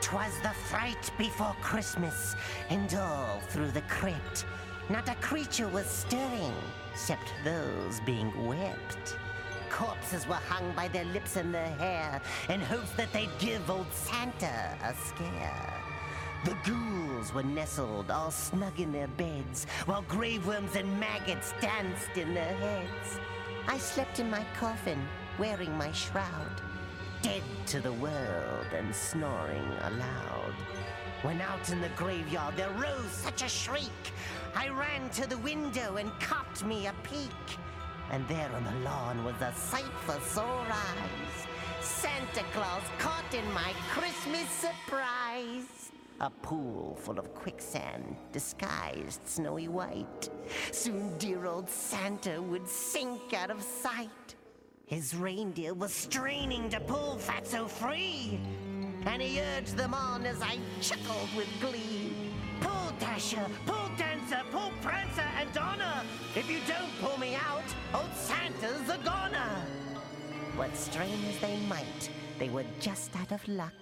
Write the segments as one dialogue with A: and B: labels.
A: It was the fright before Christmas, and all through the crypt. Not a creature was stirring, except those being wept. Corpses were hung by their lips and their hair, in hopes that they'd give old Santa a scare. The ghouls were nestled all snug in their beds, while grave worms and maggots danced in their heads. I slept in my coffin, wearing my shroud, dead to the world and snoring aloud. When out in the graveyard there rose such a shriek, I ran to the window and copped me a peek. And there on the lawn was a sight for sore eyes. Santa Claus caught in my Christmas surprise. A pool full of quicksand, disguised snowy white. Soon dear old Santa would sink out of sight. His reindeer was straining to pull Fatso free, and he urged them on as I chuckled with glee. Pull Dasher, pull Dancer, pull Prancer and Donna! If you don't pull me out, old Santa's a goner! What strain as they might, they were just out of luck.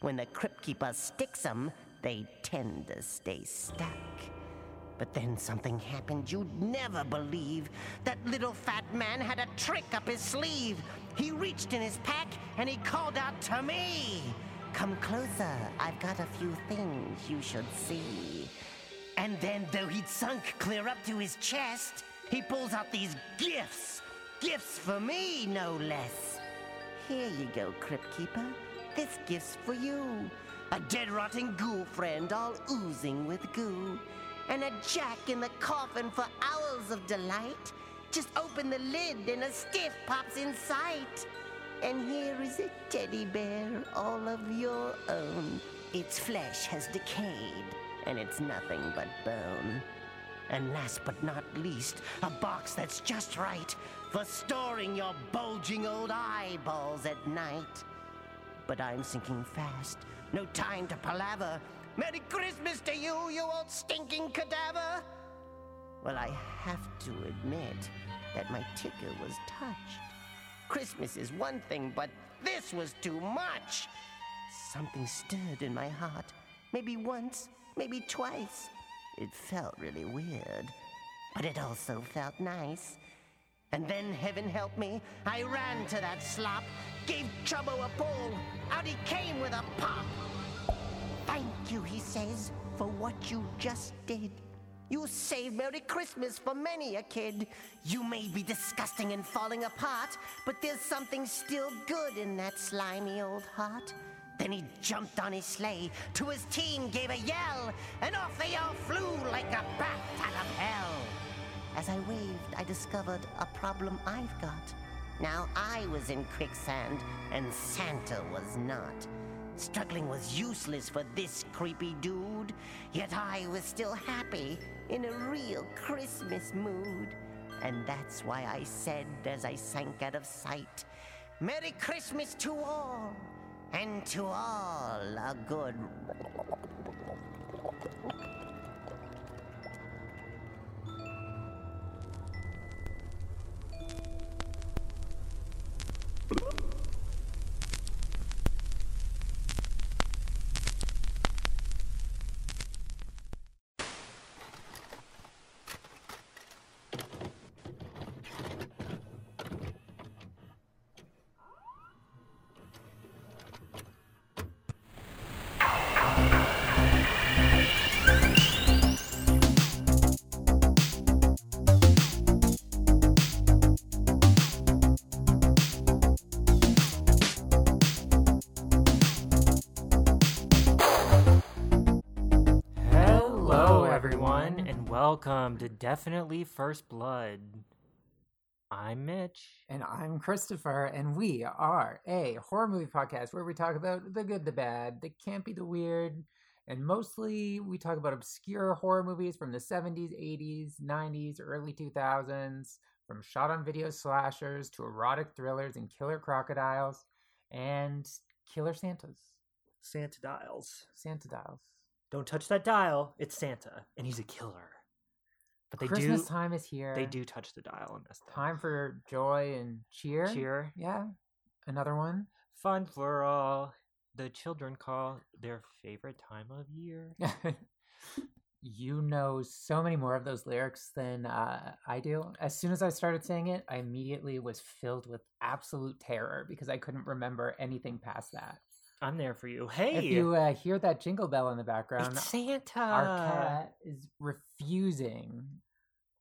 A: When the Crypt Keeper sticks 'em, they tend to stay stuck. But then something happened you'd never believe. That little fat man had a trick up his sleeve. He reached in his pack and he called out to me. Come closer, I've got a few things you should see. And then, though he'd sunk clear up to his chest, he pulls out these gifts. Gifts for me, no less. Here you go, Crypt Keeper. This gift's for you. A dead rotting ghoul friend, all oozing with goo. And a jack in the coffin for hours of delight. Just open the lid and a stiff pops in sight. And here is a teddy bear, all of your own. Its flesh has decayed, and it's nothing but bone. And last but not least, a box that's just right for storing your bulging old eyeballs at night. But I'm sinking fast, no time to palaver. Merry Christmas to you, you old stinking cadaver! Well, I have to admit that my ticker was touched. Christmas is one thing, but this was too much! Something stirred in my heart. Maybe once, maybe twice. It felt really weird, but it also felt nice. And then, heaven help me, I ran to that slop, gave Chubbo a pull, out he came with a pop. Thank you, he says, for what you just did. You saved Merry Christmas for many a kid. You may be disgusting and falling apart, but there's something still good in that slimy old heart. Then he jumped on his sleigh, to his team gave a yell, and off they all flew like a bat out of hell. As I waved, I discovered a problem I've got. Now I was in quicksand, and Santa was not. Struggling was useless for this creepy dude, yet I was still happy, in a real Christmas mood. And that's why I said as I sank out of sight, Merry Christmas to all, and to all a good.
B: Hello, everyone, and welcome to Definitely First Blood. I'm Mitch.
C: And I'm Christopher, and we are a horror movie podcast where we talk about the good, the bad, the campy, the weird, and mostly we talk about obscure horror movies from the 70s, 80s, 90s, early 2000s, from shot on video slashers to erotic thrillers and killer crocodiles and killer Santas.
B: Santa dials.
C: Santa dials.
B: Don't touch that dial. It's Santa, and he's a killer. But they
C: Christmas
B: do.
C: time is here.
B: They do touch the dial in this. though.
C: Time for joy and cheer.
B: cheer,
C: Yeah. Another one.
B: fun for all. the children call their favorite time of year.
C: you know so many more of those lyrics than uh, I do. As soon as I started saying it, I immediately was filled with absolute terror because I couldn't remember anything past that.
B: I'm there for you. Hey,
C: If you uh, hear that jingle bell in the background,
B: it's uh Santa.
C: our cat is refusing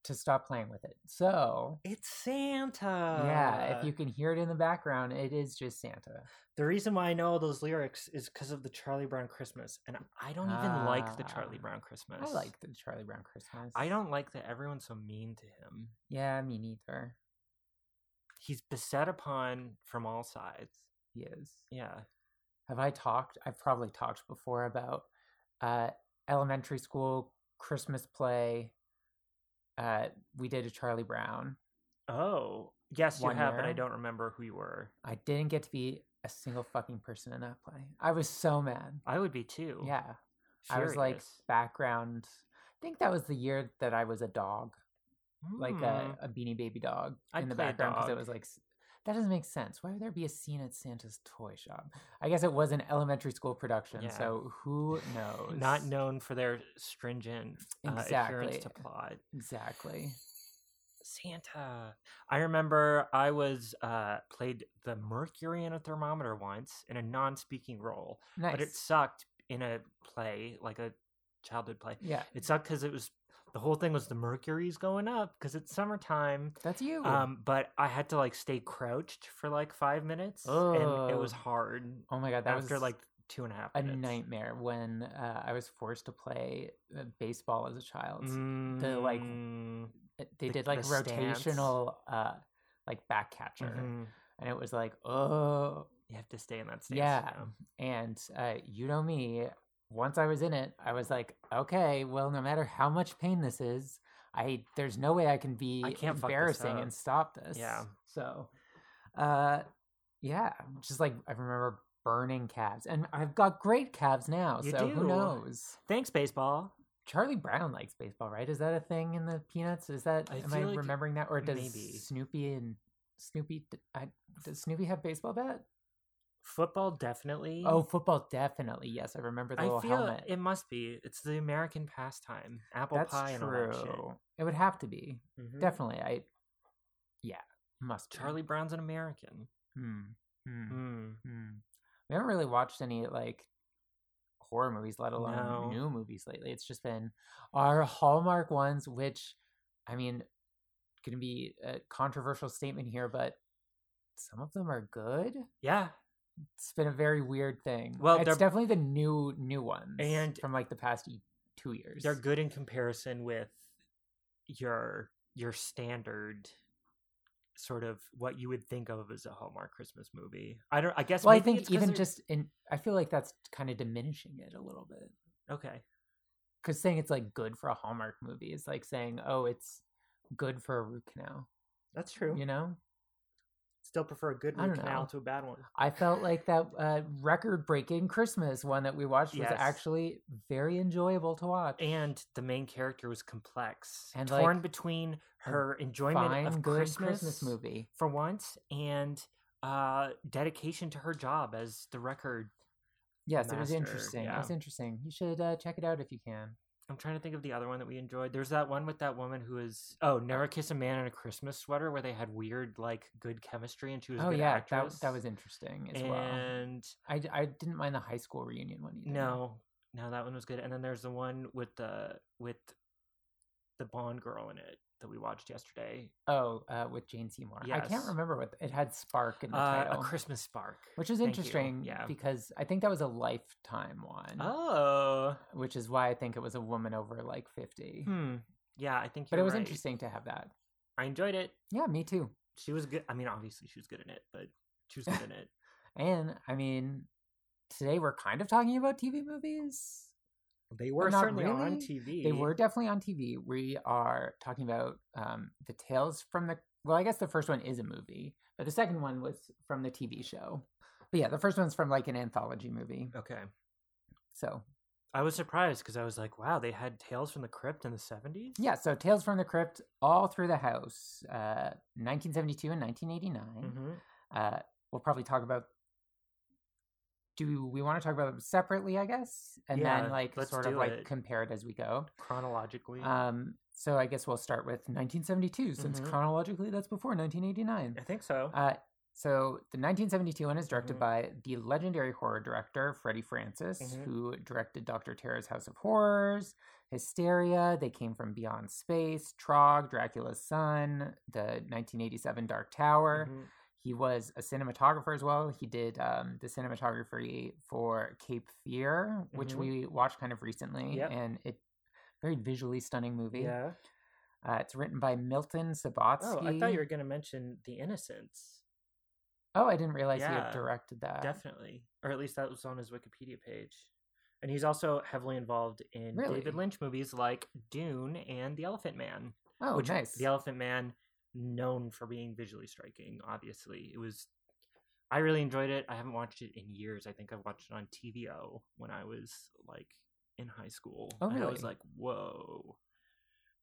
C: to stop playing with it. So,
B: It's Santa.
C: yeah,
B: Uh
C: if you can hear it in the background, it is just Santa.
B: The reason why I know all those lyrics is because of the Charlie Brown Christmas, and I don't even like the Charlie
C: Ah,
B: Brown Christmas.
C: I like the Charlie Brown Christmas.
B: I don't like that everyone's so mean to him.
C: Yeah, me neither.
B: He's beset upon from all sides.
C: He is.
B: Yeah.
C: Have I talked? I've probably talked before about uh, elementary school Christmas play. Uh, we did a Charlie Brown.
B: Oh, yes, you
C: One
B: have, but I
C: year.
B: don't remember who you were.
C: I didn't get to be a single fucking person in that play. I was so mad.
B: I would be too.
C: Yeah, I was like
B: Furious.
C: background. I think that was the year that I was a dog, like a,
B: Hmm,
C: a beanie baby dog
B: I'd
C: in the
B: play a
C: background because it
B: dog.
C: was like s- that doesn't make sense. Why would there be a scene at Santa's toy shop? I guess it was an elementary school production,
B: Yeah.
C: so who knows?
B: Hmm. not known for their stringent uh, adherence to
C: Exactly.
B: plot.
C: exactly.
B: Santa. I remember I was uh, played the Mercury in a thermometer once in a non-speaking role,
C: Nice.
B: but it sucked in a play, like a childhood play.
C: yeah,
B: It sucked because it was the whole thing was the Mercury's going up because it's summertime.
C: that's you.
B: Um, but I had to like stay crouched for like five minutes, and it was
C: Oh.
B: hard
C: oh my god, that
B: after
C: was
B: like two and a half.
C: a
B: minutes.
C: nightmare when uh, I was forced to play uh, baseball as a child. the, like,
B: Mm,
C: It- They
B: Mm-hmm. the-
C: did like
B: the stance.
C: rotational, uh, like back catcher,
B: mhm.
C: and it was like, oh,
B: You have to stay in that stance.
C: yeah.
B: you know?
C: And uh, you know me, once I was in it, I was like, okay, well, no matter how much pain this is, I there's no way I can be
B: can't fuck this
C: embarrassing
B: up.
C: and stop this.
B: Yeah.
C: So, uh, yeah, just like I remember burning calves, and I've got great calves now.
B: You
C: so
B: do.
C: who knows?
B: Thanks, baseball.
C: Charlie Brown likes baseball, right? Is that a thing in the Peanuts? Is that
B: I
C: am I
B: feel like
C: remembering that, or does
B: maybe.
C: Snoopy and Snoopy? d- I, does Snoopy have baseball bat?
B: Football definitely.
C: Oh, football definitely. Yes, I remember the
B: I
C: little
B: feel
C: helmet.
B: it must be. It's the American pastime. Apple pie and all that shit.
C: It would have to be
B: Mhm.
C: definitely. I yeah, must be.
B: Charlie Brown's an American.
C: Hmm. Hmm.
B: Hmm.
C: Hmm. We haven't really watched any like horror movies, let alone
B: No.
C: new movies lately. It's just been our Hallmark ones, which I mean, gonna be a controversial statement here, but some of them are good.
B: Yeah.
C: It's been a very weird thing.
B: Well,
C: it's
B: they're-
C: definitely the new new ones
B: And
C: from like the past y- two years.
B: They're good in comparison with your your standard sort of what you would think of as a Hallmark Christmas movie. I don't I guess
C: Well,
B: maybe
C: I
B: it's
C: think
B: 'cause
C: even
B: they're-
C: just in, I feel like that's kind of diminishing it a little bit.
B: Okay.
C: Because saying it's like good for a Hallmark movie is like saying, oh, it's good for a root canal.
B: That's true.
C: You know,
B: Still prefer a good
C: I
B: root
C: don't
B: canal
C: know.
B: to a bad one.
C: I felt like that uh, record-breaking Christmas one that we watched was
B: Yes.
C: actually very enjoyable to watch.
B: and the main character was complex and
C: And,
B: torn
C: like,
B: between
C: a
B: her enjoyment
C: fine,
B: of
C: good
B: Christmas,
C: movie.
B: for once and uh dedication to her job as the record
C: Yes, it was
B: master,
C: interesting. It
B: yeah.
C: was interesting. You should uh, check it out if you can.
B: I'm trying to think of the other one that we enjoyed. There's that one with that woman who is oh, never kiss a man in a Christmas sweater, where they had weird like good chemistry, and she was a
C: Oh
B: good
C: yeah, that,
B: actress.
C: that was interesting as well.
B: and
C: I, d- I didn't mind the high school reunion one either.
B: no, no, that one was good. And then there's the one with the with the Bond girl in it that we watched yesterday.
C: Oh, uh, with Jane Seymour. I can't
B: Yes.
C: remember what it had. Spark in the
B: Uh, a
C: title,
B: Christmas spark,
C: which is
B: Thank you.
C: interesting.
B: Yeah.
C: because I think that was a lifetime one,
B: Oh,
C: which is why I think it was a woman over like fifty.
B: hmm. Yeah, I think.
C: But
B: you're
C: it was
B: right.
C: interesting to have that.
B: I enjoyed it.
C: Yeah, me too.
B: She was good. I mean, obviously she was good in it, but she was good in it.
C: And I mean, today we're kind of talking about TV movies.
B: They were
C: not
B: certainly on
C: really.
B: TV.
C: They were definitely on TV. We are talking about um, the tales from the. Well, I guess the first one is a movie, but the second one was from the TV show. But yeah, the first one's from like an anthology movie.
B: okay.
C: So
B: I was surprised because I was like, wow, they had Tales from the Crypt in the 70s?
C: yeah, so Tales from the Crypt, All Through the House, uh, 1972 and 1989.
B: hmm
C: Uh, we'll probably talk about do we want to talk about them separately, I guess? And
B: Yeah,
C: then like
B: let's
C: sort of
B: do
C: like
B: it. Mm-hmm.
C: compare it as we go.
B: chronologically.
C: Um, so I guess we'll start with 1972, since
B: Mhm.
C: chronologically that's before 1989.
B: I think so.
C: Uh, so the 1972 one is directed
B: Mhm.
C: by the legendary horror director Freddie Francis,
B: Mhm.
C: who directed Dr. Terror's House of Horrors, Hysteria, They Came from Beyond Space, Trog, Dracula's Son, the 1987 Dark Tower.
B: Mhm.
C: He was a cinematographer as well. He did um, the cinematography for Cape Fear, which
B: Mhm.
C: we watched kind of recently,
B: Yep.
C: and it very visually stunning movie.
B: Yeah.
C: Uh, it's written by Milton Sabotsky.
B: Oh, I thought you were going to mention The Innocents.
C: Oh, I didn't realize he
B: Yeah,
C: had directed that.
B: Definitely. Or at least that was on his Wikipedia page. And he's also heavily involved in
C: Really?
B: David Lynch movies like Dune and The Elephant Man.
C: Oh,
B: which
C: nice.
B: The Elephant Man, known for being visually striking, obviously. It was I really enjoyed it. I haven't watched it in years. I think I watched it on TVO when I was like in high school.
C: Oh,
B: And I was
C: really?
B: like, whoa.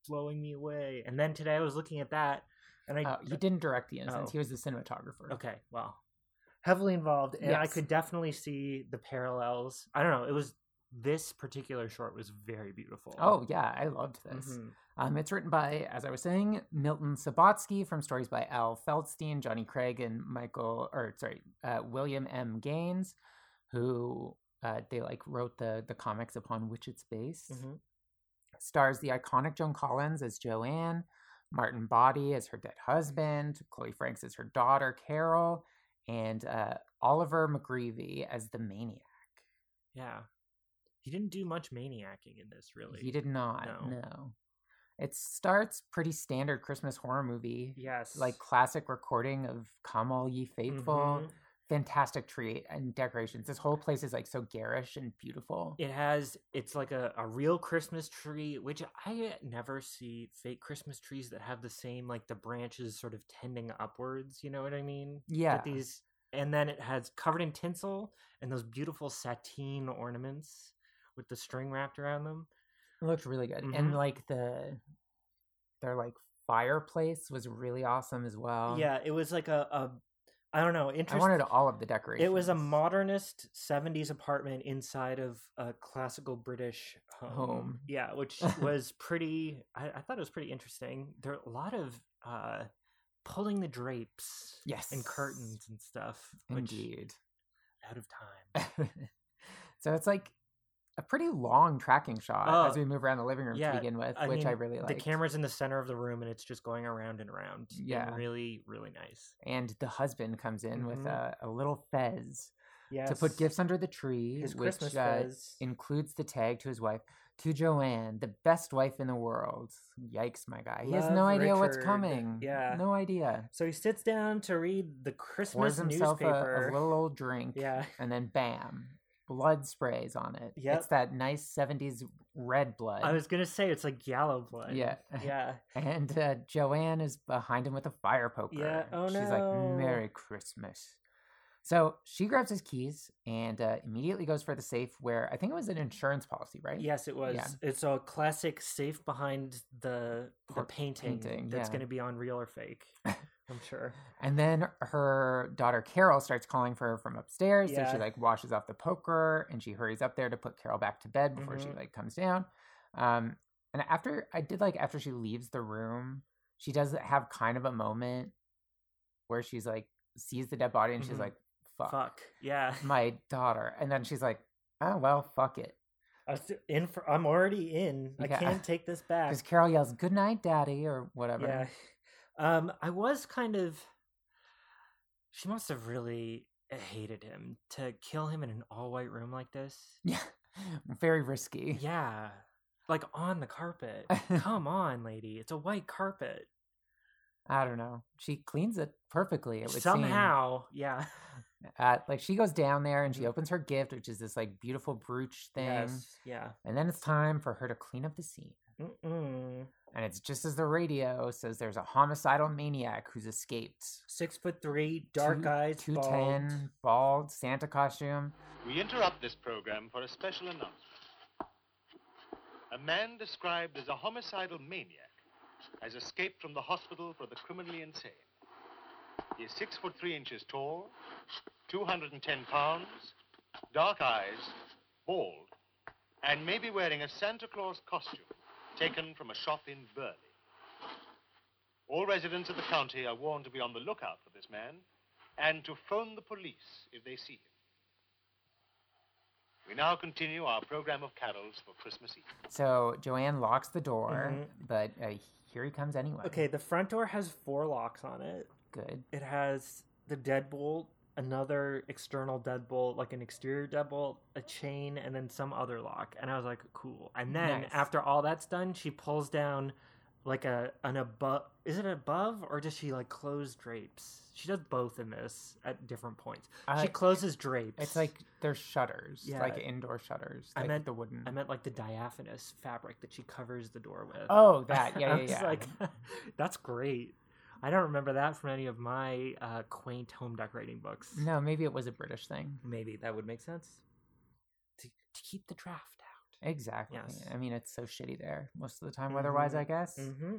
B: Blowing me away. And then today I was looking at that and I
C: Uh, he didn't direct The Innocents.
B: Oh.
C: He was the cinematographer.
B: Okay, well, heavily involved, and I
C: Yes.
B: could definitely see the parallels. I don't know. It was this particular short was very beautiful.
C: Oh yeah, I loved this.
B: Mhm.
C: Um, it's written by, as I was saying, Milton Sabotsky from stories by Al Feldstein, Johnny Craig, and Michael, or sorry, uh, William M. Gaines, who uh, they like wrote the the comics upon which it's based.
B: Mhm.
C: Stars the iconic Joan Collins as Joanne, Martin Body as her dead husband, Chloe Franks as her daughter Carol, and uh, Oliver McGreevy as the maniac.
B: yeah. He didn't do much maniacing in this, really.
C: He did not.
B: No.
C: No. It starts pretty standard Christmas horror movie,
B: Yes,
C: like classic recording of "Come All Ye Faithful."
B: Mhm.
C: Fantastic tree and decorations. This whole place is like so garish and beautiful.
B: It has. It's like a, a real Christmas tree, which I never see fake Christmas trees that have the same like the branches sort of tending upwards. You know what I mean?
C: yeah,
B: But these and then it has covered in tinsel and those beautiful sateen ornaments with the string wrapped around them.
C: it looked really good,
B: Mhm.
C: and like the their like fireplace was really awesome as well.
B: yeah, it was like a, a I don't know,
C: Um I
B: interesting.
C: wanted all of the decorations.
B: it was a modernist 70s apartment inside of a classical British home.
C: Home.
B: Yeah, which was pretty I, I thought it was pretty interesting. There are a lot of uh pulling the drapes
C: yes
B: and curtains and stuff. Which
C: Indeed.
B: out of time.
C: so it's like a pretty long tracking shot as
B: Oh,
C: we move around the living room
B: yeah,
C: to begin with,
B: I
C: which I
B: mean,
C: really like.
B: the camera's in the center of the room and it's just going around and around. and
C: Yeah.
B: really, really nice.
C: and the husband comes in with
B: Mhm.
C: a, a little fez
B: Yeah,
C: to put gifts under the tree,
B: His
C: which
B: Christmas
C: uh,
B: fez.
C: includes the tag to his wife, to Joanne, the best wife in the world. Yikes, my guy! He has no
B: Love,
C: idea what's
B: Richard.
C: coming.
B: Yeah.
C: no idea.
B: So he sits down to read the
C: Pours
B: Christmas
C: himself a,
B: newspaper.
C: a little old drink,
B: Yeah.
C: and then bam, blood sprays on it.
B: Yep.
C: It's that nice '70s red blood.
B: I was gonna say it's like yellow blood.
C: Yeah.
B: Yeah.
C: And uh, Joanne is behind him with a fire poker.
B: Yeah, oh
C: She's
B: no.
C: like, Merry Christmas. So she grabs his keys and uh, immediately goes for the safe where I think it was an insurance policy, right?
B: Yes, it was. It's a classic safe behind the the
C: Por-
B: painting,
C: painting,
B: that's
C: yeah.
B: gonna be on real or fake. I'm sure.
C: And then her daughter Carol starts calling for her from upstairs. So
B: Yeah.
C: she like washes off the poker and she hurries up there to put Carol back to bed before she
B: Mhm.
C: like comes down. Um, and after I did like after she leaves the room, she does have kind of a moment where she's like sees the dead body and
B: Mhm.
C: she's like,
B: Fuck.
C: "Fuck,
B: Yeah.
C: my daughter," and then she's like, "Oh well, fuck it,"
B: I was in for, I'm already in. I
C: Yeah.
B: can't take this back.
C: because Carol yells, "Good night, daddy," or whatever.
B: Yeah. Um, I was kind of. She must have really hated him to kill him in an all white room like this.
C: Yeah. very risky.
B: Yeah. Like on the carpet. Come on, lady. It's a white carpet.
C: I don't know. She cleans it perfectly. It would seem.
B: Somehow. Yeah.
C: Uh, like she goes down there and
B: Mhm.
C: she opens her gift, which is this like beautiful brooch thing.
B: Yes. Yeah.
C: And then it's time for her to clean up the scene.
B: Mm-mm.
C: And it's just as the radio says there's a homicidal maniac who's escaped.
B: Six foot three, dark
C: Two-
B: eyes,
C: 210,
B: bald.
C: bald. Santa costume.
D: We interrupt this program for a special announcement. A man described as a homicidal maniac has escaped from the hospital for the criminally insane. He is six foot three inches tall, 210 pounds, dark eyes, bald, and may be wearing a Santa Claus costume taken from a shop in Burley. All residents of the county are warned to be on the lookout for this man and to phone the police if they see him. We now continue our program of carols for Christmas Eve.
C: So Joanne locks the door, but uh, here he comes anyway.
B: Mm-hmm. Okay, the front door has four locks on it.
C: Good.
B: It has the deadbolt, another external deadbolt, like an exterior deadbolt, a chain, and then some other lock. And I was like, cool. And then
C: Nice.
B: after all that's done, she pulls down like a an above is it above or does she like close drapes? She does both in this at different points.
C: Uh,
B: she closes drapes.
C: It's like there's shutters,
B: Yeah.
C: like indoor shutters.
B: I
C: like
B: meant-
C: the wooden.
B: I meant like the diaphanous fabric that she covers the door with.
C: oh, that. Yeah,
B: I
C: yeah,
B: was
C: yeah.
B: like, that's great. I don't remember that from any of my uh, quaint home decorating books.
C: No, maybe it was a British thing.
B: Maybe that would make sense. To, to keep the draft out.
C: Exactly.
B: Mm-hmm. Yes.
C: I mean, it's so shitty there most of the time, weather-wise, I guess.
B: Mm-hmm.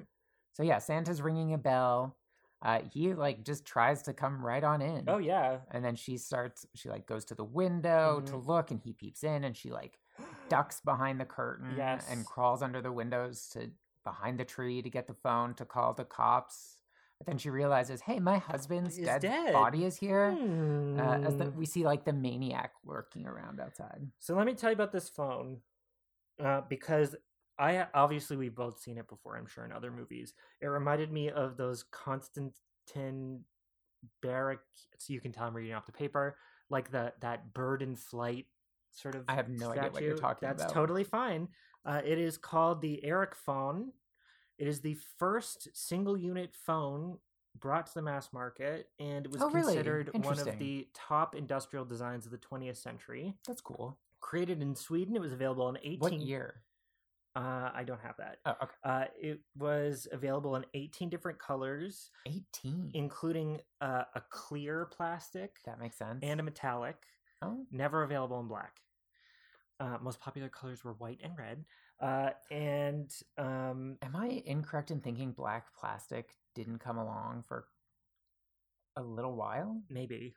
C: So yeah, Santa's ringing a bell. Uh, he like just tries to come right on in.
B: Oh, yeah.
C: And then she starts. She like goes to the window to
B: Mm-hmm.
C: look, and he peeps in, and she like ducks behind the curtain
B: Yes.
C: and crawls under the windows to behind the tree to get the phone to call the cops. But then she realizes, hey, my husband's
B: Is
C: dead,
B: dead.
C: body is here. Uh, as the,
B: Hmm.
C: we see like the maniac lurking around outside.
B: So let me tell you about this phone, uh, because I obviously we've both seen it before. I'm sure in other movies. It reminded me of those Constantine Barrack. So you can tell I'm reading off the paper, like the that bird in flight sort of.
C: I have no idea what you're
B: statue.
C: talking
B: That's
C: about.
B: totally fine. Uh, it is called the Eric phone. It is the first single unit phone brought to the mass market, and it was
C: Oh, really?
B: considered one of
C: Interesting.
B: the top industrial designs of the 20th century
C: That's cool.
B: created in Sweden. It was available in 18
C: What year?
B: Uh, I don't have that.
C: Oh, okay.
B: Uh, it was available in 18 different colors,
C: 18.
B: including uh, a clear plastic
C: that makes sense.
B: and a metallic,
C: oh,
B: never available in black. Uh, most popular colors were white and red. Uh, and um,
C: am I incorrect in thinking black plastic didn't come along for a little while?
B: maybe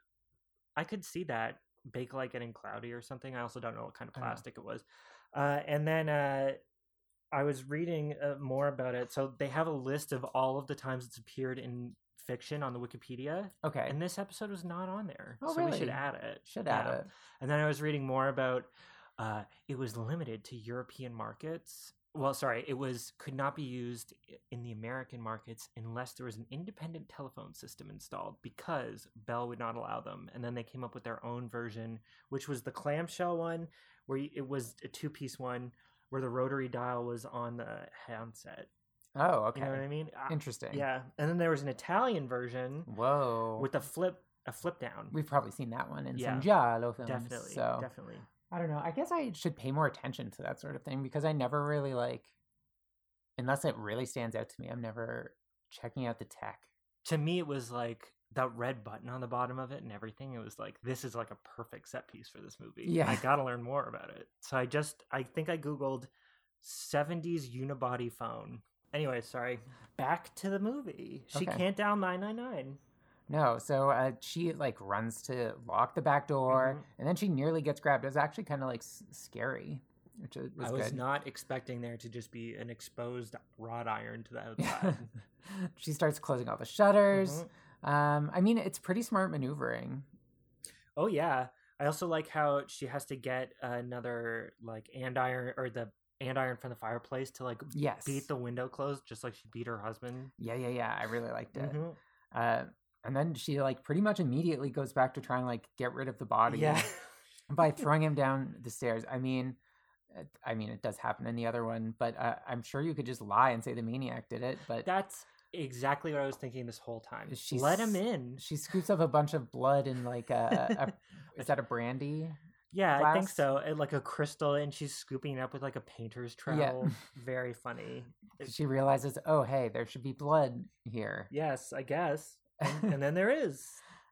B: I could see that Bakelite getting cloudy or something. I also don't know what kind of
C: I know.
B: plastic it was. Uh, and then uh, I was reading uh, more about it. So they have a list of all of the times it's appeared in fiction on the Wikipedia,
C: Okay.
B: and this episode was not on there.
C: Oh,
B: so we should
C: really?
B: add it.
C: Should add
B: Yeah.
C: it.
B: And then I was reading more about uh, it was limited to European markets. Well, sorry, it was could not be used i- in the American markets unless there was an independent telephone system installed because Bell would not allow them. And then they came up with their own version, which was the clamshell one, where y- it was a two-piece one where the rotary dial was on the handset.
C: Oh, okay.
B: You know what I mean? I-
C: Interesting.
B: yeah. And then there was an Italian version
C: Whoa.
B: with a flip a flip down.
C: We've probably seen that one in some
B: Yeah.
C: giallo films.
B: definitely,
C: So
B: definitely.
C: I don't know. I guess I should pay more attention to that sort of thing because I never really like, unless it really stands out to me, I'm never checking out the tech.
B: to me it was like that red button on the bottom of it and everything it was like this is like a perfect set piece for this movie i
C: Yeah.
B: gotta learn more about it so i just i think i googled 70s unibody phone anyway sorry back to the movie she
C: Okay.
B: can't dial 999
C: No, so uh, she like runs to lock the back door,
B: Mm-hmm.
C: and then she nearly gets grabbed. It was actually kind of like s- scary, which was,
B: i was
C: good.
B: not expecting there to just be an exposed wrought iron to the outside
C: she starts closing all the shutters.
B: Mhm.
C: Um, I mean, it's pretty smart maneuvering.
B: oh yeah i also like how she has to get another like andiron or the andiron from the fireplace to like
C: Yes.
B: beat the window closed just like she beat her husband
C: yeah, yeah, yeah. I really liked it.
B: Mhm.
C: Uh, and then she like pretty much immediately goes back to trying like get rid of the body
B: Yeah.
C: by throwing him down the stairs. I mean, it- I mean it does happen in the other one, but uh, I'm sure you could just lie and say the maniac did it. But
B: That's exactly what I was thinking this whole time.
C: She's-
B: Let him in.
C: she scoops up a bunch of blood and like a, a is that a brandy?
B: Yeah, I think
C: glass.
B: so. And, like a crystal, and she's scooping it up with like a painter's trowel.
C: Yeah.
B: Very funny.
C: She realizes, oh hey, there should be blood here.
B: Yes, I guess. And, and then there is.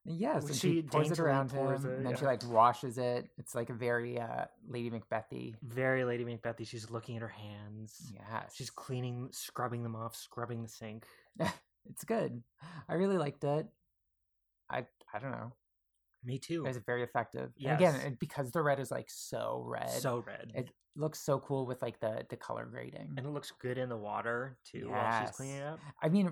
C: Yes, and
B: She
C: she, pours it
B: daintily
C: around
B: pours
C: him,
B: it,
C: and then she
B: yeah.
C: like washes it. It's like a very uh, Lady Macbethy.
B: Very Lady Macbethy. She's looking at her hands.
C: Yeah,
B: She's cleaning, scrubbing them off, scrubbing the sink.
C: it's good. I really liked it. I I don't know.
B: Me too.
C: It's very effective. And again,
B: Yes.
C: and because the red is like so red,
B: So red.
C: it looks so cool with like the the color grading.
B: and it looks good in the water too while she's
C: Yes.
B: cleaning it up.
C: I mean,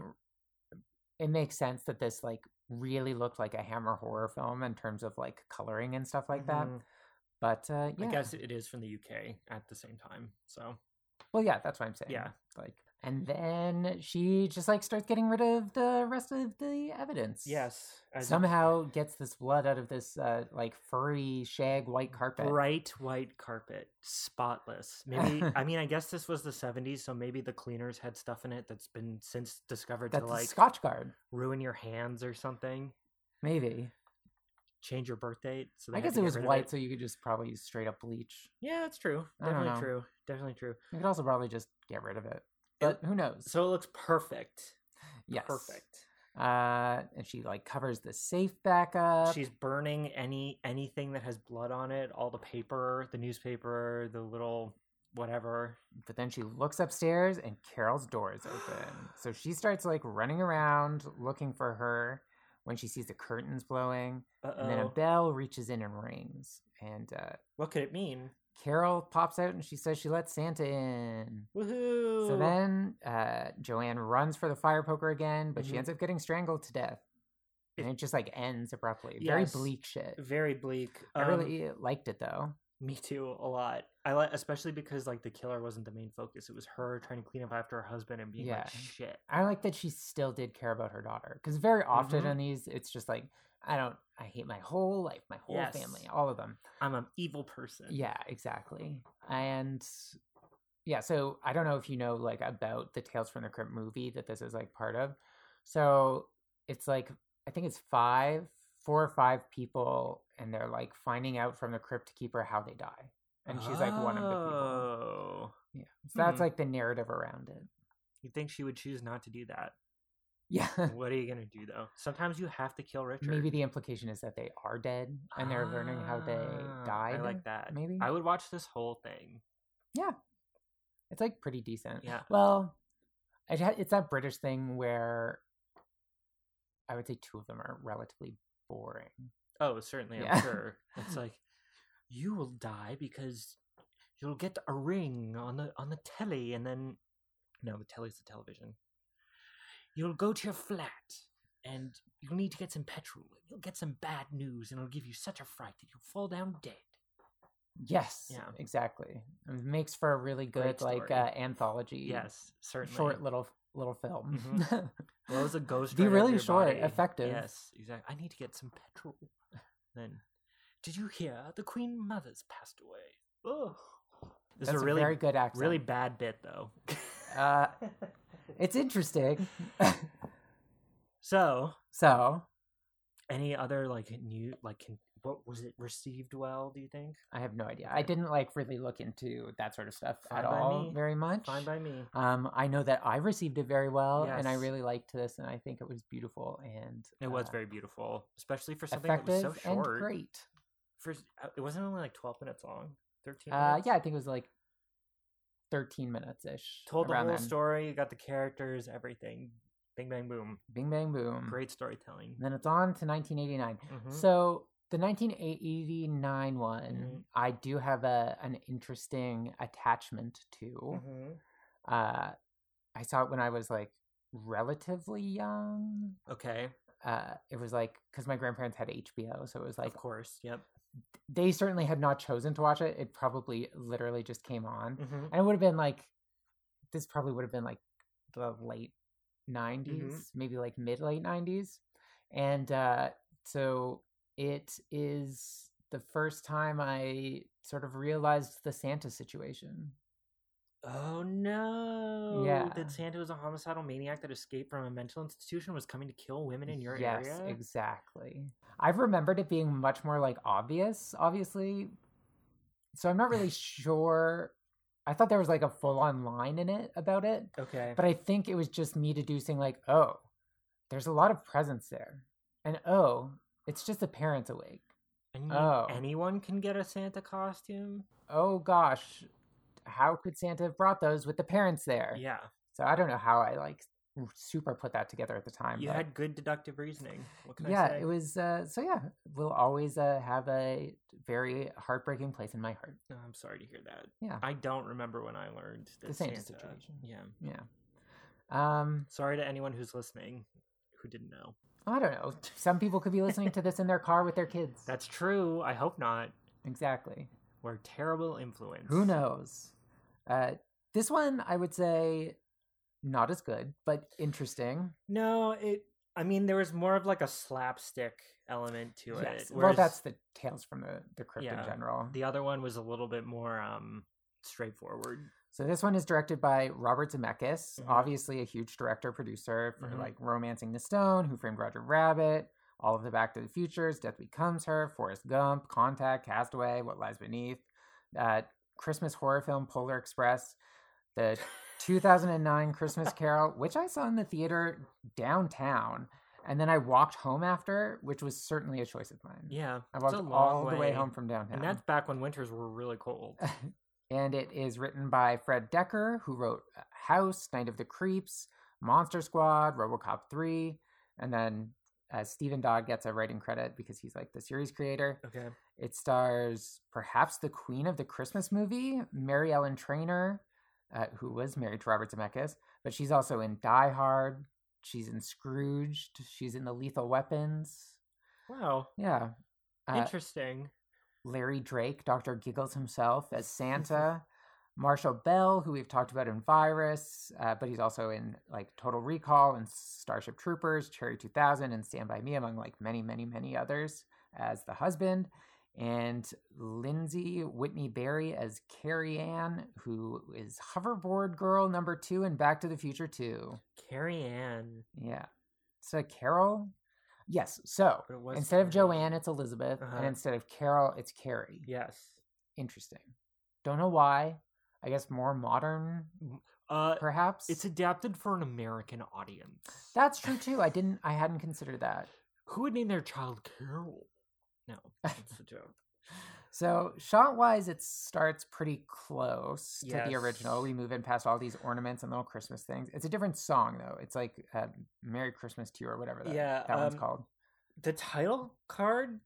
C: it makes sense that this like really looked like a Hammer horror film in terms of like coloring and stuff like that.
B: Mhm.
C: But uh, yeah,
B: I guess it is from the UK at the same time. So
C: well, yeah, that's what I'm saying.
B: Yeah.
C: like, and then she just like starts getting rid of the rest of the evidence.
B: yes, as
C: somehow gets this blood out of this uh, like furry shag white carpet.
B: bright white carpet, spotless. Maybe I mean I guess this was the 70s, so maybe the cleaners had stuff in it that's been since discovered
C: That's
B: to
C: a
B: like
C: Scotch guard,
B: ruin your hands or something,
C: maybe.
B: change your birth date. So they
C: I
B: had
C: guess
B: to
C: it
B: get
C: was
B: rid of
C: white, so you could just probably use straight up bleach.
B: yeah, it's true.
C: I don't
B: Definitely
C: know.
B: true. Definitely true.
C: You could also probably just get rid of it.
B: It-
C: But who knows?
B: So it looks perfect.
C: yes.
B: Perfect.
C: Uh, and she like covers the safe back up.
B: She's burning any anything that has blood on it, all the paper, the newspaper, the little whatever.
C: But then she looks upstairs and Carol's door is open. So she starts like running around looking for her when she sees the curtains blowing. And then a
B: Uh-oh.
C: bell reaches in and rings. And uh,
B: What could it mean?
C: Carol pops out and she says she let Santa in.
B: Woohoo.
C: So then uh, Joanne runs for the fire poker again, but she
B: Mhm.
C: ends up getting strangled to death. And
B: It-
C: it just like ends abruptly. Very
B: Yes.
C: bleak shit.
B: very bleak.
C: I
B: Um,
C: really liked it though.
B: Me too, a lot. I like, especially because like the killer wasn't the main focus. It was her trying to clean up after her husband and being
C: Yeah.
B: like, "Shit,
C: I like that she still did care about her daughter because very often
B: Mhm.
C: in these, it's just like, I don't, I hate my whole life, my whole family,
B: Yes.
C: all of them.
B: I'm an evil person."
C: Yeah, exactly. And yeah, so I don't know if you know like about the Tales from the Crypt movie that this is like part of. So it's like, I think it's five, four or five people, and they're like finding out from the crypt keeper how they die. And she's like one of the people.
B: Oh,
C: Yeah. So that's
B: hmm.
C: like the narrative around it.
B: you think she would choose not to do that?
C: Yeah.
B: what are you gonna do though? Sometimes you have to kill Richard.
C: Maybe the implication is that they are dead and they're learning how they
B: Ah,
C: died.
B: I like that.
C: Maybe
B: I would watch this whole thing.
C: it's like pretty decent.
B: Yeah.
C: Well, it ha- it's that British thing where I would say two of them are relatively boring.
B: Oh, certainly,
C: Yeah.
B: I'm sure. It's like you will die because you'll get a ring on the on the telly, and then no, the telly's the television. You'll go to your flat, and you'll need to get some petrol. and You'll get some bad news, and it'll give you such a fright that you'll fall down dead.
C: Yes.
B: Yeah.
C: Exactly. It makes for a really
B: Great
C: good like
B: story.
C: uh, anthology.
B: Yes, certainly. Mm-hmm.
C: Short little little film.
B: Well, as a ghost.
C: Be
B: right over
C: really
B: your
C: short,
B: body.
C: effective.
B: Yes, exactly. I need to get some petrol. Then, did you hear the Queen Mother's passed away? Oh, this
C: That's
B: is a really
C: very good accent.
B: Really bad bit though.
C: Uh, it's interesting.
B: so,
C: so
B: any other like new like can, what was it received well? Do you think?
C: I have no idea. I didn't like really look into that sort of stuff
B: Fine
C: at
B: by
C: all
B: me.
C: very much.
B: Fine by me.
C: um, I know that I received it very well, and I
B: Yes.
C: really liked this, and I think it was beautiful and
B: It was
C: uh,
B: very beautiful, especially for something that was
C: effective
B: so
C: and
B: short.
C: great.
B: For s- uh, it wasn't only like twelve minutes long. Thirteen.
C: Uh,
B: minutes?
C: yeah, I think it was like thirteen minutes ish.
B: Told the whole story. You got the characters, everything. Bing bang boom.
C: Bing bang boom.
B: Great storytelling.
C: And then it's on to 1989.
B: Mhm.
C: Mm. So the 1989 one,
B: Mhm.
C: I do have a an interesting attachment to.
B: Mhm.
C: Uh, I saw it when I was like relatively young.
B: Okay.
C: Uh, it was like because my grandparents had HBO, so it was like
B: of course. Yep.
C: they certainly had not chosen to watch it. It probably literally just came on,
B: hmm
C: and it would have been like this probably would have been like the late 90s, maybe like mid late 90s. And uh, so it is the first time I sort of realized the Santa situation.
B: Oh no!
C: Yeah.
B: That Santa was a homicidal maniac that escaped from a mental institution was coming to kill women in your
C: yes,
B: area.
C: exactly. I've remembered it being much more like obvious, obviously. So I'm not really sure. I thought there was like a full on line in it about it,
B: Okay.
C: but I think it was just me deducing like, oh, there's a lot of presence there, and oh, it's just the parents awake.
B: And you-
C: Oh.
B: anyone can get a Santa costume.
C: Oh gosh, how could Santa have brought those with the parents there?
B: Yeah.
C: So I don't know how I like super put that together at the time.
B: You
C: but-
B: had good deductive reasoning. What can I
C: yeah,
B: say?
C: it was. Uh, so yeah, we'll always uh, have a very heartbreaking place in my heart.
B: Oh, I'm sorry to hear that.
C: Yeah.
B: I don't remember when I learned that
C: The same
B: Santa-
C: situation.
B: Yeah.
C: Yeah. Um, oh,
B: Sorry to anyone who's listening who didn't know.
C: I don't know. Some people could be listening to this in their car with their kids.
B: That's true. I hope not.
C: exactly.
B: We're a terrible influence.
C: Who knows? Uh, this one, I would say, not as good, but interesting.
B: No, it. I mean, there was more of like a slapstick element to it.
C: Yes. Well,
B: whereas
C: that's the tales from the the crypt
B: Yeah,
C: in general.
B: the other one was a little bit more um straightforward.
C: So this one is directed by Robert Zemeckis,
B: Mhm.
C: obviously a huge director producer for
B: Mhm.
C: like Romancing the Stone, Who Framed Roger Rabbit, all of the Back to the Futures, Death Becomes Her, Forrest Gump, Contact, Castaway, What Lies Beneath, uh, Christmas horror film Polar Express, the 2009 Christmas Carol, which I saw in the theater downtown, and then I walked home after, which was certainly a choice of mine.
B: Yeah,
C: I
B: it's
C: walked
B: a long
C: all the way home from downtown.
B: and that's back when winters were really cold.
C: and it is written by Fred Decker, who wrote uh, House, Night of the Creeps, Monster Squad, RoboCop 3, and then uh, Stephen Dodd gets a writing credit because he's like the series creator.
B: Okay,
C: It stars perhaps the queen of the Christmas movie, Mary Ellen Trainer, uh, who was married to Robert Zemeckis, but she's also in Die Hard. She's in Scrooged. She's in The Lethal Weapons.
B: wow,
C: Yeah. Uh,
B: interesting.
C: Larry Drake, Dr. Giggles himself, as
B: Mm-hmm.
C: Santa. Marshall Bell, who we've talked about in Virus, uh, but he's also in like Total Recall and Starship Troopers, Cherry 2000, and Stand By Me, among like many, many, many others, as the husband. And Lindsay Whitney Berry as Carrie Ann, who is hoverboard girl number two in Back to the Future 2.
B: Carrie Ann,
C: Yeah. So, Carol? Yes. So,
B: but it was
C: instead of
B: Carrie Ann.
C: Joanne, it's Elizabeth.
B: Uh-huh.
C: And instead of Carol, it's Carrie
B: yes.
C: interesting. Don't know why. I guess more modern,
B: Uh,
C: perhaps.
B: it's adapted for an American audience.
C: That's true too. I didn't. I hadn't considered that.
B: Who would name their child Carol? No, that's a joke.
C: So shot wise, it starts pretty close to the original.
B: Yes.
C: We move in past all these ornaments and little Christmas things. It's a different song though. It's like uh, "Merry Christmas to You" or whatever that,
B: Yeah,
C: that one's
B: um,
C: called.
B: the title card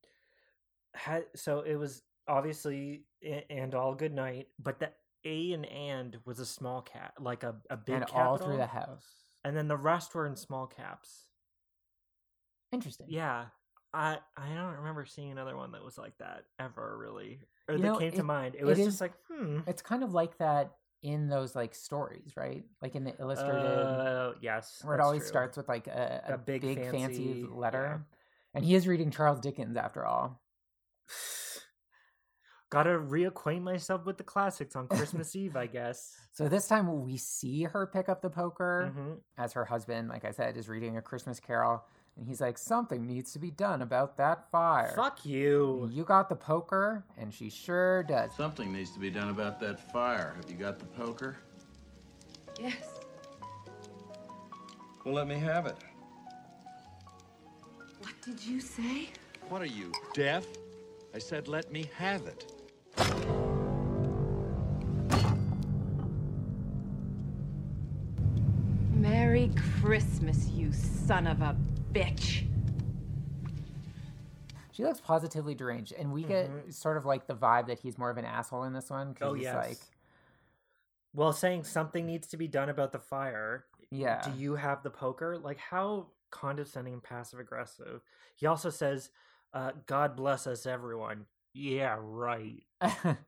B: had so it was obviously a- and all good night but the a and and was a small cap like a, a big
C: And
B: capital,
C: all through the house.
B: and then the rest were in small caps
C: Interesting.
B: yeah i i don't remember seeing another one that was like that ever really or
C: You
B: that
C: know,
B: came
C: it-
B: to mind it
C: it
B: was
C: is-
B: just like hmm
C: It's kind of like that in those like stories, right? Like in the illustrated.
B: uh, yes
C: where it
B: that's
C: always
B: true.
C: starts with like a, a,
B: A
C: big,
B: big
C: fancy,
B: fancy- yeah.
C: letter. And he is reading Charles Dickens after all.
B: gotta reacquaint myself with the classics on christmas eve i guess
C: So this time we see her pick up the poker
B: hmm
C: as her husband, like I said, is reading a Christmas carol. And he's like, something needs to be done about that fire.
B: fuck you
C: You got the poker, and she sure does.
E: Something needs to be done about that fire. Have you got the poker?
F: Yes.
E: Well, let me have it.
F: What did you say?
E: What are you, deaf? I said, let me have it.
F: Merry Christmas, you son of a bitch.
C: She looks positively deranged, and we get sort of like the vibe that he's more of an asshole in this one. 'cause
B: Mm-hmm. Oh,
C: he's
B: yes.
C: like,
B: Well, saying something needs to be done about the fire.
C: yeah.
B: Do you have the poker? Like, how condescending and passive aggressive. He also says, uh, God bless us, everyone. Yeah, right.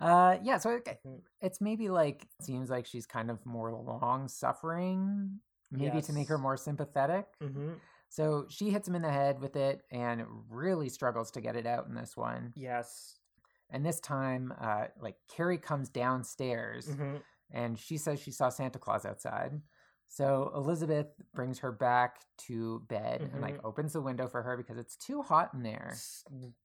C: uh yeah so it,
B: Mhm.
C: it's maybe like seems like she's kind of more long suffering maybe to make her
B: Yes.
C: more sympathetic
B: hmm
C: so she hits him in the head with it and really struggles to get it out in this one
B: Yes.
C: and this time uh like carrie comes downstairs
B: hmm
C: and she says she saw santa claus outside so elizabeth brings her back to bed and like opens the window for her because it's too hot in there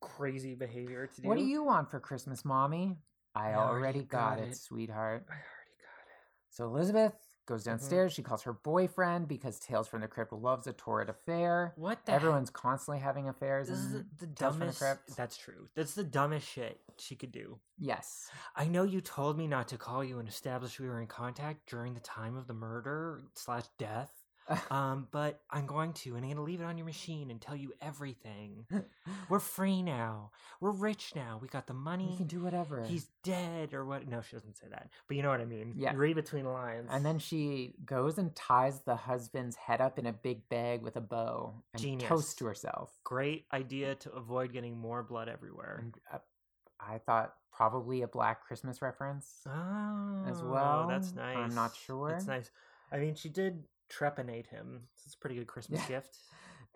B: Crazy behavior to do.
C: what do you want for christmas mommy i
B: I
C: already
B: already
C: got
B: got
C: it
B: it.
C: sweetheart
B: I already got
C: So Elizabeth
B: Mm-hmm.
C: Goes downstairs. She calls her boyfriend because Tales from the Crypt loves a torrid affair.
B: What the heck?
C: Everyone's constantly having affairs.
B: This is
C: in
B: the, the
C: Tales from the
B: dumbest.
C: Crypt.
B: That's true. That's the dumbest shit she could do.
C: Yes.
B: I know you told me not to call you and establish we were in contact during the time of the murder slash death. um, but I'm going to, and I'm going to leave it on your machine and tell you everything. We're free now. We're rich now. We got the
C: We
B: money.
C: can do whatever.
B: He's dead or what? No, she doesn't say that. But you know what I mean.
C: Yeah.
B: Read between the lines.
C: And then she goes and ties the husband's head up in a big bag with a bow and
B: Genius.
C: toasts to herself.
B: great idea to avoid getting more blood everywhere.
C: And uh, I thought probably a Black Christmas reference.
B: Oh,
C: well,
B: That's nice.
C: I'm not sure.
B: That's nice. I mean, she did trepanate him. So it's a pretty good Christmas
C: Yeah.
B: gift.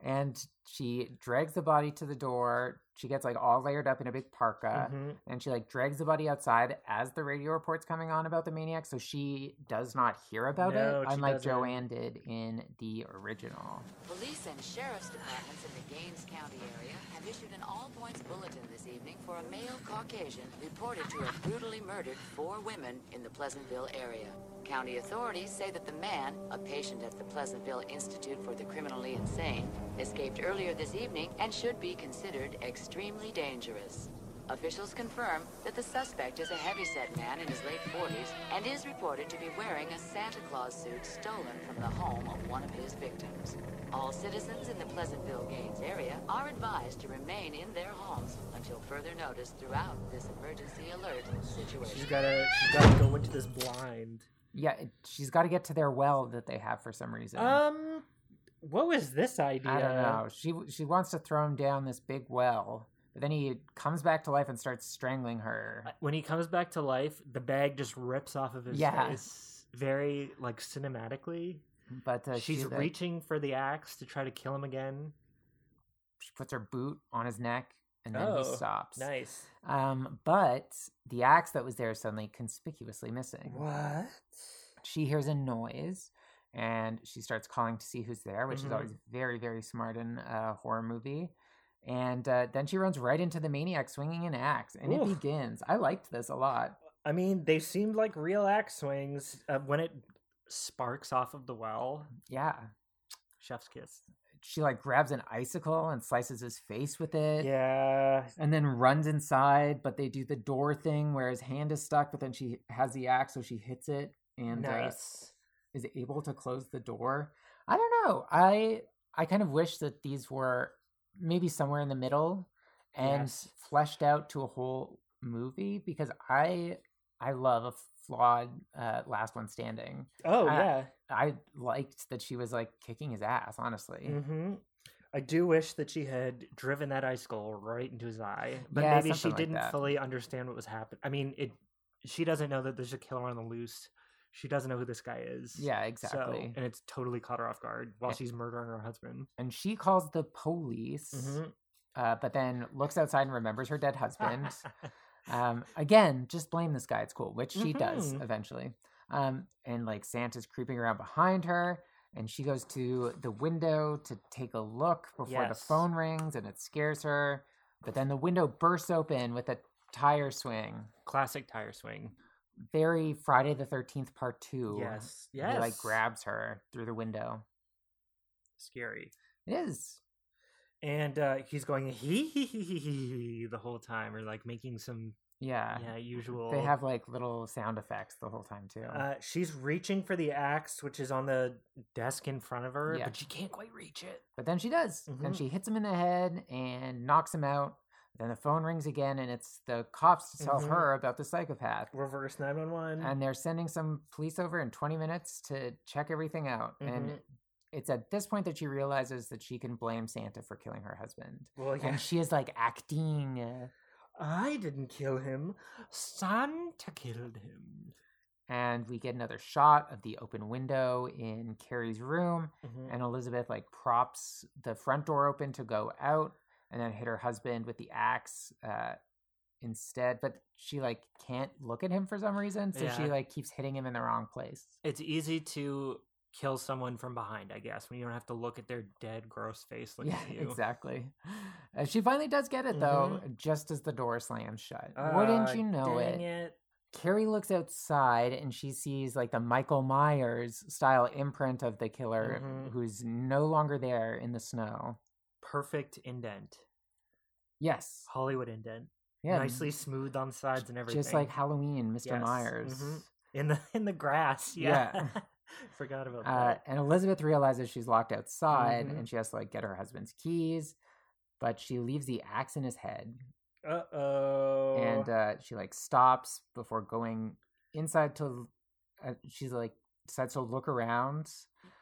C: And she drags the body to the door. She gets like all layered up in a big parka.
B: Mhm.
C: And she like drags the body outside as the radio report's coming on about the maniac. So she does not hear about
B: No,
C: it,
B: she
C: unlike
B: doesn't.
C: Joanne did in the original.
G: Police and sheriff's departments in the Gaines County area have issued an all points bulletin this evening for a male Caucasian reported to have brutally murdered four women in the Pleasantville area. County authorities say that the man, a patient at the Pleasantville Institute for the Criminally Insane, escaped earlier this evening and should be considered extremely dangerous. Officials confirm that the suspect is a heavyset man in his late 40s and is reported to be wearing a Santa Claus suit stolen from the home of one of his victims. All citizens in the Pleasantville Gaines area are advised to remain in their homes until further notice throughout this emergency alert
B: She's
G: situation.
B: gotta, she's gotta go into this blind.
C: Yeah, it, she's got to get to their well that they have for some reason.
B: Um, what was this idea?
C: I don't know. She w- she wants to throw him down this big well, but then he comes back to life and starts strangling her.
B: When he comes back to life, the bag just rips off of his
C: Yeah.
B: face, very like cinematically.
C: But uh,
B: She's
C: she, like,
B: reaching for the axe to try to kill him again.
C: She puts her boot on his neck, and then
B: Oh,
C: he stops.
B: Nice.
C: Um, but the axe that was there is suddenly conspicuously missing.
B: What?
C: She hears a noise, and she starts calling to see who's there, which
B: Mhm.
C: is always very very smart in a horror movie. And uh, then she runs right into the maniac swinging an axe, and it
B: Oof.
C: begins. I liked this a lot.
B: I mean, they seemed like real axe swings uh, when it sparks off of the well.
C: Yeah.
B: Chef's kiss.
C: she like grabs an icicle and slices his face with it
B: Yeah,
C: and then runs inside but they do the door thing where his hand is stuck but then she has the axe so she hits it and uh,
B: nice.
C: is able to close the door i don't know i i kind of wish that these were maybe somewhere in the middle and
B: Yes.
C: fleshed out to a whole movie because i i love a flawed uh, last one standing
B: Oh
C: I-
B: yeah.
C: i liked that she was like kicking his ass honestly
B: hmm I do wish that she had driven that icicle right into his eye, but
C: Yeah,
B: maybe she
C: something like
B: didn't
C: that.
B: fully understand what was happening. I mean, it. She doesn't know that there's a killer on the loose. She doesn't know who this guy is.
C: yeah
B: So-
C: exactly Eh
B: and it's totally caught her off guard while
C: Yeah.
B: she's murdering her husband.
C: and she calls the police,
B: Mhm.
C: uh, but then looks outside and remembers her dead husband. um, again, just blame this guy. It's cool, which she does
B: Mhm.
C: eventually. Um, and like Santa's creeping around behind her, and she goes to the window to take a look before the
B: Yes.
C: phone rings, and it scares her. But then the window bursts open with a tire swing.
B: Classic tire swing.
C: Very Friday the Thirteenth Part Two.
B: Yes.
C: and
B: Yes.
C: He like grabs her through the window.
B: Scary.
C: It is.
B: And uh, he's going hee hee hee hee hee hee the whole time, or like making some
C: Yeah.
B: yeah usual.
C: They have like little sound effects the whole time too.
B: Uh, she's reaching for the axe, which is on the desk in front of her,
C: Yeah.
B: but she can't quite reach it.
C: But then she does.
B: Mhm.
C: And she hits him in the head and knocks him out. Then the phone rings again, and it's the cops to tell
B: Mhm.
C: her about the psychopath.
B: Reverse nine one one.
C: And they're sending some police over in 20 minutes to check everything out. And
B: Mhm.
C: it's at this point that she realizes that she can blame Santa for killing her husband.
B: Well, yeah,
C: And she is like acting. uh,
B: I didn't kill him. Santa killed him.
C: And we get another shot of the open window in Carrie's room.
B: Mhm.
C: and Elizabeth like props the front door open to go out and then hit her husband with the axe uh, instead. But she like can't look at him for some reason, so she
B: Yeah.
C: like keeps hitting him in the wrong place.
B: It's easy to kill someone from behind, I guess, when you don't have to look at their dead, gross face looking
C: yeah,
B: at you. Mm-hmm.
C: exactly. Uh, she finally does get it though, just as the door slams shut. Wouldn't
B: Ah,
C: you know
B: dang
C: it? Carrie looks outside and she sees like the Michael Myers style imprint of the killer
B: Mhm.
C: who's no longer there in the snow.
B: Perfect indent.
C: Yes.
B: Hollywood indent.
C: Yeah.
B: Nicely smooth on sides and everything.
C: Just like Halloween, Mr.
B: Yes,
C: Myers.
B: mhm. in the in the grass. Yeah.
C: Yeah.
B: Forgot about
C: Uh,
B: that.
C: and Elizabeth realizes she's locked outside
B: Mhm.
C: and she has to like get her husband's keys, but she leaves the axe in his head
B: Uh oh.
C: and uh, she like stops before going inside to. Uh, she's like decides to look around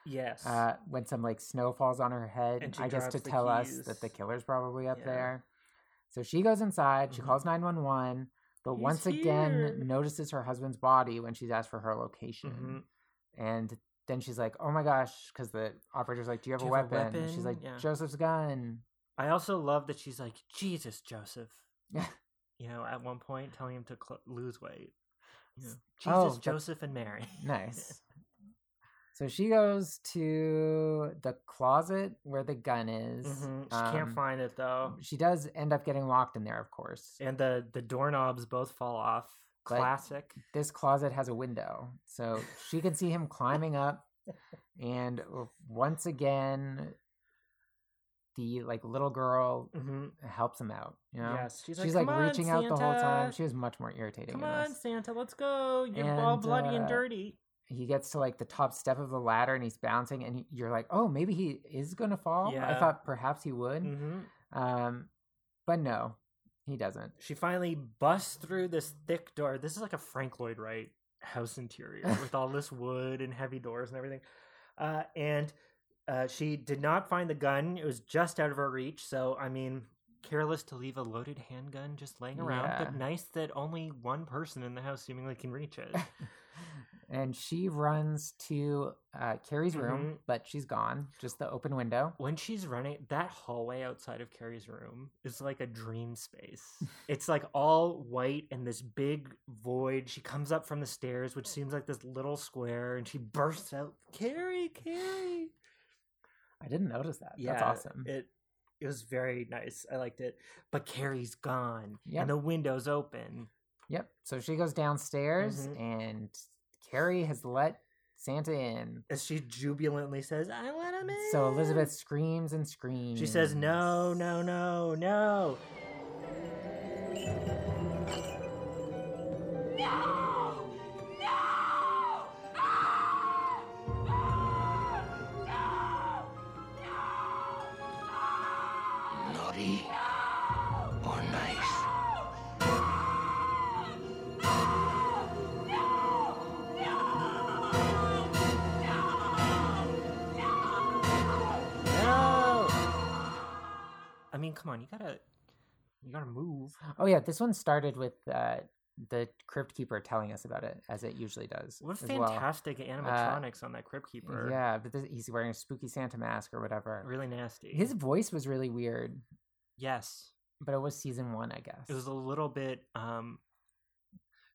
B: yes.
C: uh, when some like snow falls on her head.
B: And she
C: I guess to
B: drops the
C: tell us that
B: keys.
C: the killer's probably up
B: Yeah.
C: there. So she goes inside. She
B: Mhm.
C: calls nine one one, but
B: He's
C: once
B: here.
C: again notices her husband's body when she's asked for her
B: Mhm.
C: location. And then she's like, "Oh my gosh!" Because the operator's like, "Do you have,
B: Do
C: a,
B: you have a
C: weapon? And She's
B: weapon?
C: like,
B: Yeah.
C: "Joseph's gun."
B: I also love that she's like, Jesus, Joseph.
C: Yeah.
B: You know, at one point telling him to cl- lose weight. You know, Jesus,
C: Oh, that-
B: Joseph, and Mary.
C: Nice. so she goes to the closet where the gun is.
B: Mhm. She can't
C: Um,
B: find it though,
C: She does end up getting locked in there, of course.
B: and the the doorknobs both fall off.
C: But-
B: Classic.
C: This closet has a window, so she can see him climbing up. And once again, the like little girl
B: hmm
C: helps him out. You know,
B: Yes, she's like,
C: she's like
B: "Come on,
C: reaching out the whole time.
B: Santa.
C: She was much more irritating.
B: Come
C: in
B: on,
C: this.
B: Santa, let's go. You're all
C: And,
B: bloody
C: uh,
B: and dirty.
C: he gets to like the top step of the ladder and he's bouncing and he- you're like oh maybe he is gonna fall i
B: Yeah.
C: thought perhaps he would
B: hmm
C: um but no he doesn't
B: She finally busts through this thick door. This is like a Frank Lloyd Wright house interior with all this wood and heavy doors and everything. Uh, and uh, she did not find the gun. It was just out of her reach. So, I mean, careless to leave a loaded handgun just laying around, but
C: Yeah.
B: nice that only one person in the house seemingly can reach it.
C: and she runs to uh carrie's room
B: Mhm.
C: but she's gone just the open window
B: when she's running that hallway outside of carrie's room is like a dream space it's like all white and this big void she comes up from the stairs which seems like this little square and she bursts out carrie carrie
C: i didn't notice that that's awesome
B: it it was very nice i liked it but carrie's gone
C: Yep.
B: and the window's open
C: yep so she goes downstairs
B: Mhm.
C: and carrie has let santa in
B: as she jubilantly says i want him in
C: so elizabeth screams and screams
B: she says no no no no
H: Naughty or nice?
B: No. I mean, come on, you gotta, you gotta move.
C: Oh yeah, this one started with uh, the crypt keeper telling us about it, as it usually does.
B: What
C: as well.
B: fantastic animatronics on that Crypt Keeper.
C: Yeah, but this, he's wearing a spooky Santa mask or whatever.
B: really nasty.
C: His voice was really weird,
B: yes,
C: but it was season one, I guess.
B: it was a little bit. um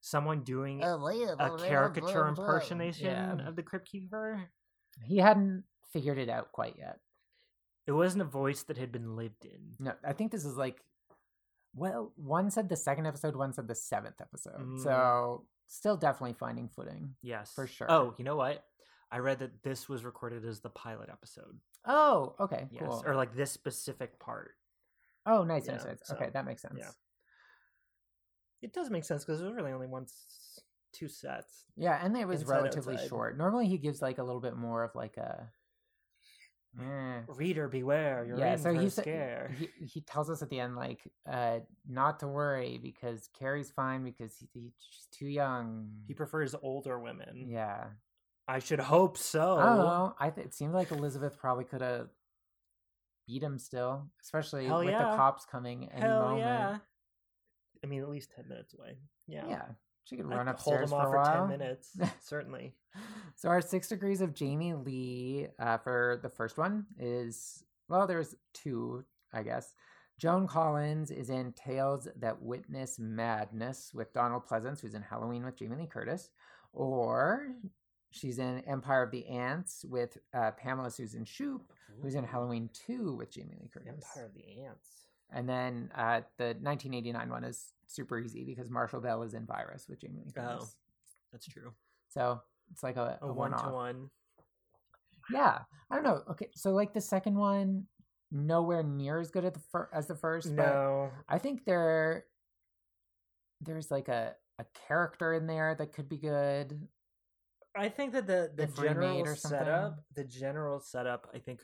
B: Someone doing a
A: A
B: caricature impersonation
C: Yeah.
B: of the Crypt Keeper.
C: He hadn't figured it out quite yet.
B: It wasn't a voice that had been lived in.
C: No, I think this is like, well, one said the second episode, one said the seventh episode.
B: Mm.
C: So still definitely finding footing.
B: Yes,
C: For sure.
B: Oh, you know what? I read that this was recorded as the pilot episode.
C: Oh, okay,
B: Yes,
C: cool.
B: or like this specific part.
C: oh, nice,
B: Yeah,
C: nice, nice.
B: so,
C: okay, that makes sense.
B: yeah. It does make sense because it was really only one, s- two sets.
C: Yeah, and it was
B: Inside,
C: relatively
B: outside.
C: short. Normally, he gives like a little bit more of like a. "Eh."
B: reader beware you're
C: yeah,
B: in
C: so
B: for
C: he
B: a
C: sa-
B: scare
C: he he tells us at the end like uh not to worry because Carrie's fine because he, he, she's too young.
B: he prefers older women
C: yeah,
B: i should hope so
C: I don't know. Oh, I th- it seemed like Elizabeth probably could have beat him still, especially
B: Hell
C: with the
B: yeah.
C: cops coming any
B: hell
C: moment.
B: yeah i mean at least 10 minutes away yeah
C: Yeah, she could
B: I
C: run
B: could hold
C: upstairs
B: him off
C: for a while.
B: 10 minutes certainly
C: So our six degrees of Jamie Lee uh, for the first one is well, there's two, I guess. Joan Collins is in Tales That Witness Madness with Donald Pleasance, who's in Halloween with Jamie Lee Curtis, or she's in Empire of the Ants with uh, Pamela Susan Shoop, who's in Halloween Two with Jamie Lee Curtis.
B: empire of the ants
C: And then uh, the 1989 one is super easy because Marshall Bell is in Virus with Jamie Lee Curtis.
B: Oh. That's true.
C: So it's like a,
B: A one
C: one
B: to
C: off.
B: one.
C: Yeah, I don't know. Okay, so like the second one, nowhere near as good at the fir- as the first. But
B: No.
C: I think there, there's like a a character in there that could be good.
B: I think that the the
C: If remade
B: general
C: or something.
B: setup, the general setup, I think,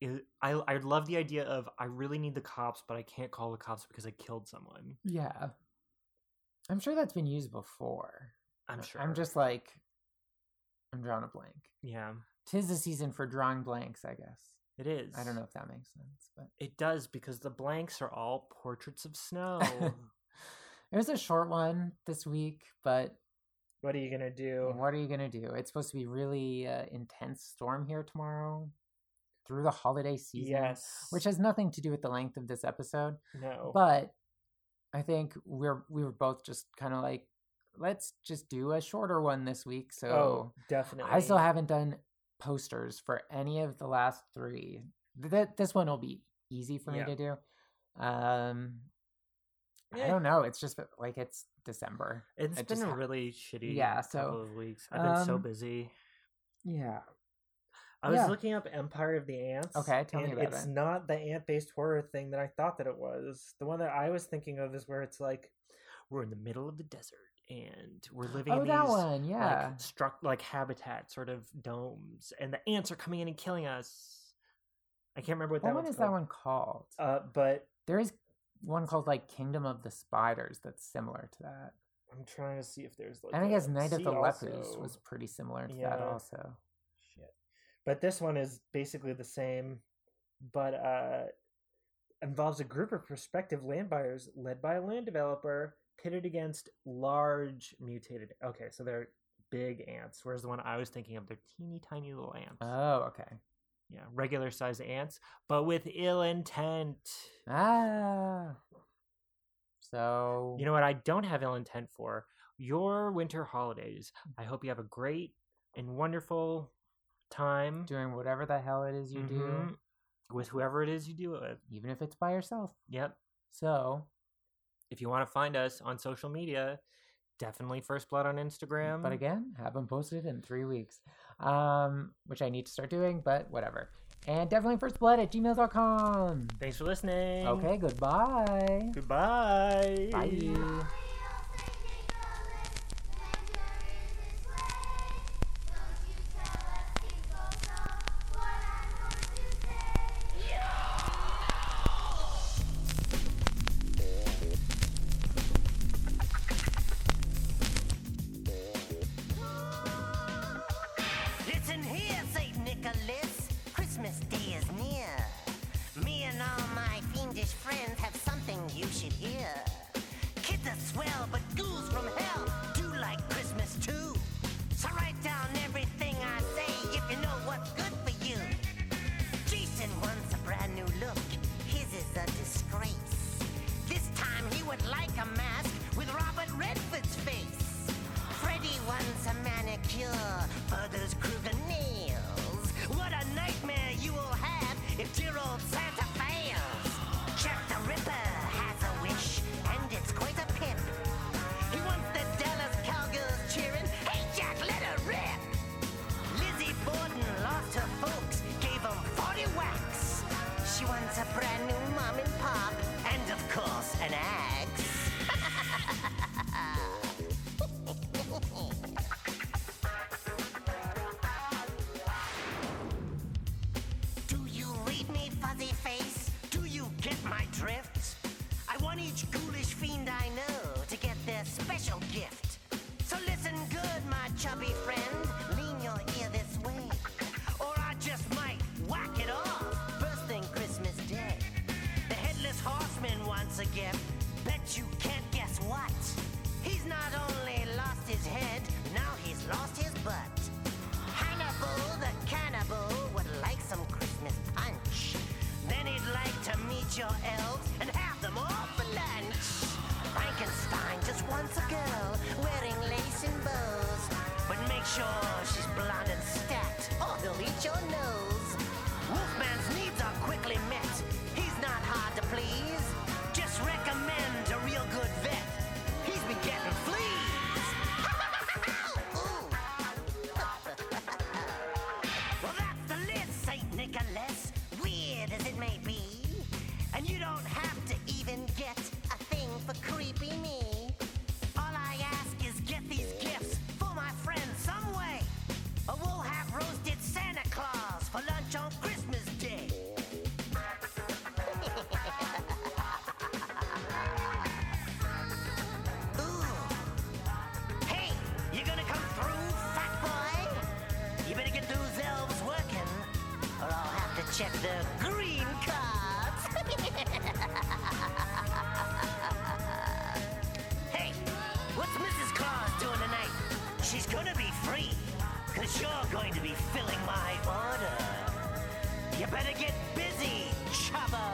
B: is, I I love the idea of I really need the cops, but I can't call the cops because I killed someone.
C: Yeah, I'm sure that's been used before.
B: I'm sure.
C: I'm just like, I'm drawing a blank.
B: yeah.
C: Tis the season for drawing blanks, I guess.
B: It is.
C: I don't know if that makes sense, but
B: It does because the blanks are all portraits of snow.
C: it was a short one this week. But
B: what are you gonna do?
C: what are you gonna do? It's supposed to be really uh, intense storm here tomorrow through the holiday season.
B: Yes. Oh.
C: which has nothing to do with the length of this episode,
B: no.
C: but I think we're we were both just kind of like, let's just do a shorter one this week. So
B: oh, definitely.
C: I still haven't done posters for any of the last three. That this one will be easy for me
B: Yeah.
C: to do. Um, I
B: Yeah.
C: don't know. It's just like it's December.
B: It's
C: I
B: been
C: just
B: a
C: ha-
B: really shitty
C: Yeah,
B: couple
C: so,
B: of weeks. I've been so
C: um,
B: busy.
C: Yeah.
B: I was
C: yeah.
B: looking up Empire of the Ants.
C: Okay, tell me
B: and
C: about
B: it's
C: it.
B: not the ant-based horror thing that I thought that it was. The one that I was thinking of is where it's like we're in the middle of the desert and we're living
C: Oh,
B: in
C: that
B: these
C: one. Yeah.
B: like struck like habitat sort of domes, and the ants are coming in and killing us. I can't remember what that
C: what one
B: one's
C: is that
B: called.
C: one called?
B: Uh, but
C: there is one called like Kingdom of the Spiders that's similar to that.
B: I'm trying to see if there's like.
C: and I
B: a-
C: guess Night of
B: see
C: the Lepus
B: also-
C: was pretty similar to that
B: Yeah.
C: also.
B: Shit. But this one is basically the same, but uh, involves a group of prospective land buyers led by a land developer pitted against large mutated. Okay, so they're big ants, whereas the one I was thinking of, they're teeny tiny little ants.
C: Oh, okay.
B: yeah, regular sized ants, but with ill intent.
C: Ah. So
B: You know what? I don't have ill intent for your winter holidays.
C: Mm.
B: I hope you have a great and wonderful time
C: doing whatever the hell it is you do,
B: Mhm. with whoever it is you do it with.
C: even if it's by yourself.
B: Yep.
C: So,
B: If you want to find us on social media, definitely First Blood on Instagram.
C: but again, haven't posted in three weeks, um, which I need to start doing, but whatever. And definitely first blood at gmail.com.
B: thanks for listening.
C: Okay, goodbye.
B: Goodbye.
C: Bye.
A: Listen here, St. Nicholas. Christmas Day is near. Me and all my fiendish friends have something you should hear. Kids are swell, but ghouls from hell do like Christmas too. So write down everything I say if you know what's good for you. Jason wants a brand new look. His is a disgrace. This time he would like a mask with Robert Redford's face. Freddy wants a manicure for those Kruger nails. What a nightmare you will have if dear old Santa fails. Jack the Ripper has a wish, and it's quite a pimp. He wants the Dallas Cowgirls cheering, Hey Jack, let her rip! Lizzie Borden lost her folks, gave them 40 whacks. She wants a brand new mom and pop, and of course, an axe. Do you read me, fuzzy face? Do you get my drift? I want each ghoulish fiend I know to get their special gift. So listen good, my chubby friend. Lean your ear this way. Or I just might whack it off first thing Christmas Day. The headless horseman wants a gift. Bet you can't guess what. He's not only lost his head, now he's lost his butt. Hannibal the cannibal would like some Christmas punch. Then he'd like to meet your elves and have them all for lunch. Frankenstein just wants a girl wearing lace and bows. But make sure Oh, church on Christmas Day. Ooh. Hey, you gonna come through, fat boy? You better get those elves working, or I'll have to check their green cards. hey, what's Mrs. Claus doing tonight? She's gonna be free, cause you're going to be filling my order. You better get busy, Chubbo!